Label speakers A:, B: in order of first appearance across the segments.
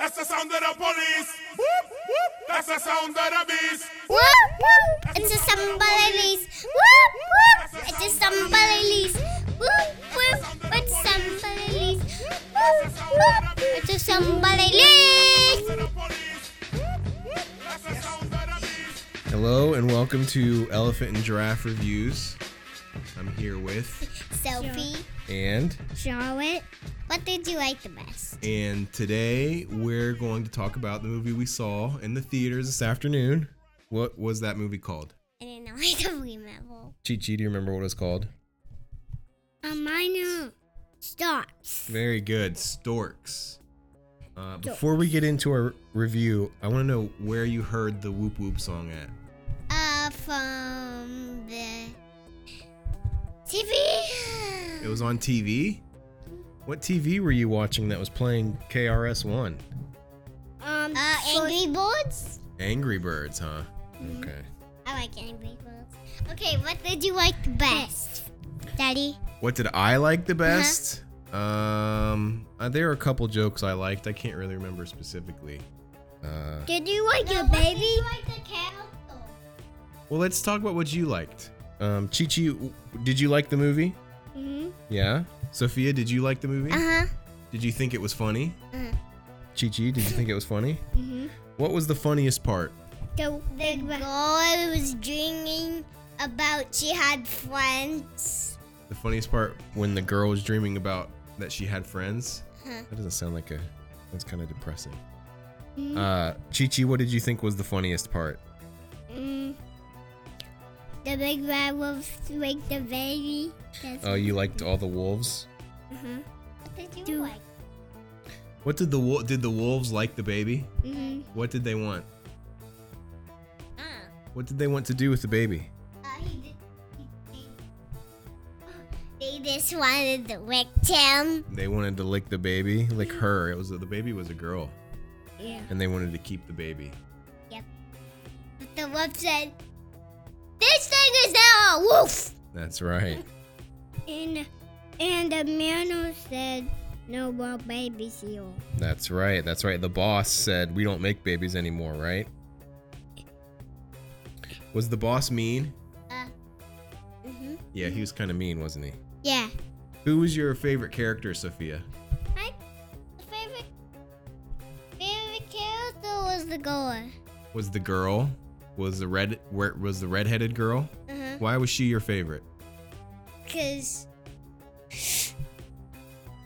A: That's the sound of the police. That's the sound of the beast.
B: Whoop, whoop. It's a samba release. Whoop, whoop. It's a samba release. Whoop, whoop. It's a samba release. Whoop, whoop. It's a samba release.
A: The police. That's the sound of the beast.
C: Hello and welcome to Elephant and Giraffe Reviews. I'm here with
B: Sophie,
C: and
B: Charlotte, what did you like the best?
C: and today we're going to talk about the movie we saw in the theaters this afternoon. What was that movie called?
B: I don't know. I don't remember.
C: Chi Chi, do you remember what it was called?
B: A minor stops.
C: Very good, Storks. Uh, before we get into our review, I want to know where you heard the Whoop Whoop song at.
B: Uh, from the TV.
C: It was on TV. What TV were you watching that was playing KRS One?
B: Um, uh, Angry Birds.
C: Angry Birds, huh? Okay.
B: I like Angry Birds. Okay, what did you like the best, Daddy?
C: What did I like the best? Um, uh, there are a couple jokes I liked. I can't really remember specifically. Uh,
B: Did you like your baby? Did you like the cow?
C: well, let's talk about what you liked. Um, Chi Chi, w- did you like the movie?
B: Mhm.
C: Yeah. Sophia, did you like the movie?
B: Uh huh.
C: Did you think it was funny?
B: Uh-huh.
C: Chi Chi, did you think it was funny?
B: Mhm.
C: What was the funniest part?
B: The the girl was dreaming about she had friends.
C: The funniest part when the girl was dreaming about that she had friends.
B: Huh.
C: That doesn't sound like a. That's kind of depressing. Uh, Chi Chi, what did you think was the funniest part?
B: Mm. The big red wolf like the baby.
C: Oh, you liked all the wolves.
B: What did you like?
C: What did the wol- did the wolves like the baby?
B: Mhm.
C: What did they want?
B: Ah.
C: What did they want to do with the baby?
B: Uh, he did, he, they just wanted to lick him.
C: They wanted to lick the baby, lick her. It was the baby was a girl,
B: Yeah.
C: and they wanted to keep the baby.
B: Yep. But the wolf said, "This thing is now a wolf."
C: That's right.
B: And and the man said, "No more babies here."
C: That's right. That's right. The boss said we don't make babies anymore, right? Was the boss mean?
B: Uh, mhm.
C: Yeah, he was kind of mean, wasn't he?
B: Yeah.
C: Who was your favorite character, Sophia?
B: My favorite favorite character was the gore.
C: Was the girl? Was the red? Where was the redheaded girl?
B: Uh-huh.
C: Why was she your favorite?
B: Cause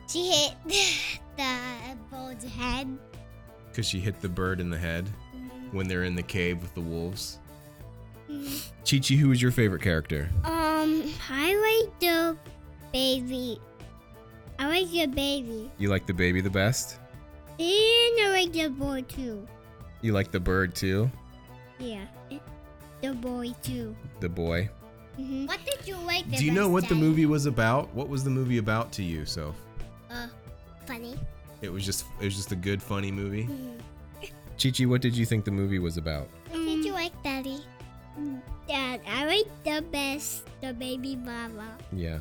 B: she hit the bull's head.
C: Cause she hit the bird in the head when they're in the cave with the wolves.
B: Mm-hmm.
C: Chi Chi, who was your favorite character?
B: Um, I like the baby. I like the baby.
C: You like the baby the best?
B: And I like the boy too.
C: You like the bird too?
B: Yeah. The boy too.
C: The boy.
B: What did you like the
C: Do you know what the movie was about? What was the movie about to you, Soph?
B: Uh, funny.
C: It was just it was just a good funny movie.
B: Mm-hmm.
C: Chi Chi, what did you think the movie was about?
B: What did you like, Daddy? Mm. Dad, I like the best the baby mama.
C: Yeah.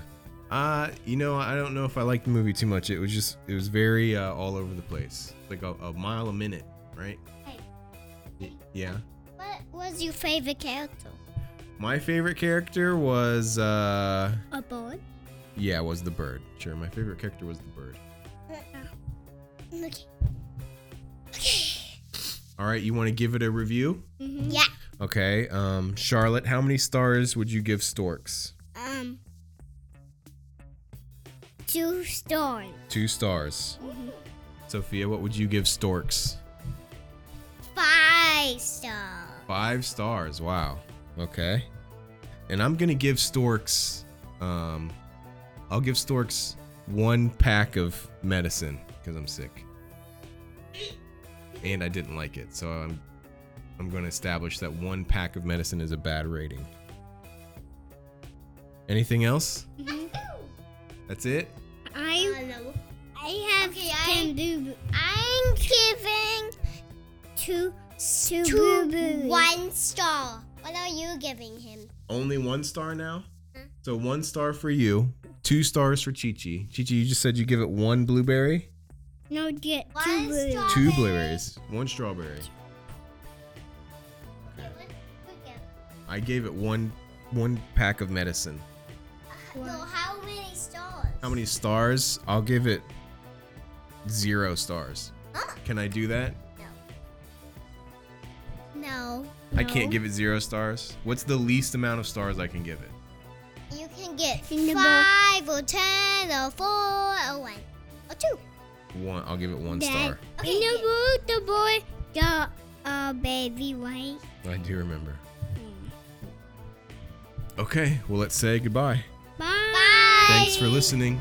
C: Uh, you know, I don't know if I liked the movie too much. It was just it was very uh, all over the place. Like a, a mile a minute, right?
B: Hey.
C: Y- yeah.
B: What was your favorite character?
C: My favorite character was uh
B: A bird.
C: yeah, was the bird. Sure, my favorite character was the bird.
B: Uh, Okay.
C: All right, you want to give it a review?
B: Yeah.
C: Okay. Um Charlotte, how many stars would you give Storks?
B: Um. Two stars.
C: Two stars. Sophia, what would you give Storks?
B: Five stars.
C: Five stars. Wow. Okay. And I'm gonna give Storks, um, I'll give Storks one pack of medicine because I'm sick, and I didn't like it. So I'm, I'm gonna establish that one pack of medicine is a bad rating. Anything else?
B: Mm-hmm.
C: That's it.
B: I I have ten boo boo. I'm giving two two, one star. What are you giving him?
C: Only one star now. So one star for you, two stars for Chi Chi. Chi Chi, you just said you give it one blueberry.
D: No, get
B: One
D: two blueberries.
B: straw-
C: Two blueberries, one strawberry.
B: Okay, let's forget.
C: I gave it one one pack of medicine.
B: No, how many stars?
C: How many stars? I'll give it zero stars.
B: Huh?
C: Can I do that?
B: No.
C: I can't give it zero stars. What's the least amount of stars I can give it?
B: You can get
D: Kinder Bueno.
B: five or ten or four or one or two.
C: One. I'll give it one
D: Dad.
C: star.
B: Okay.
D: In the book, the boy got a baby, right?
C: I do remember. Okay, well, let's say goodbye.
D: Bye.
B: Bye.
C: Thanks for listening.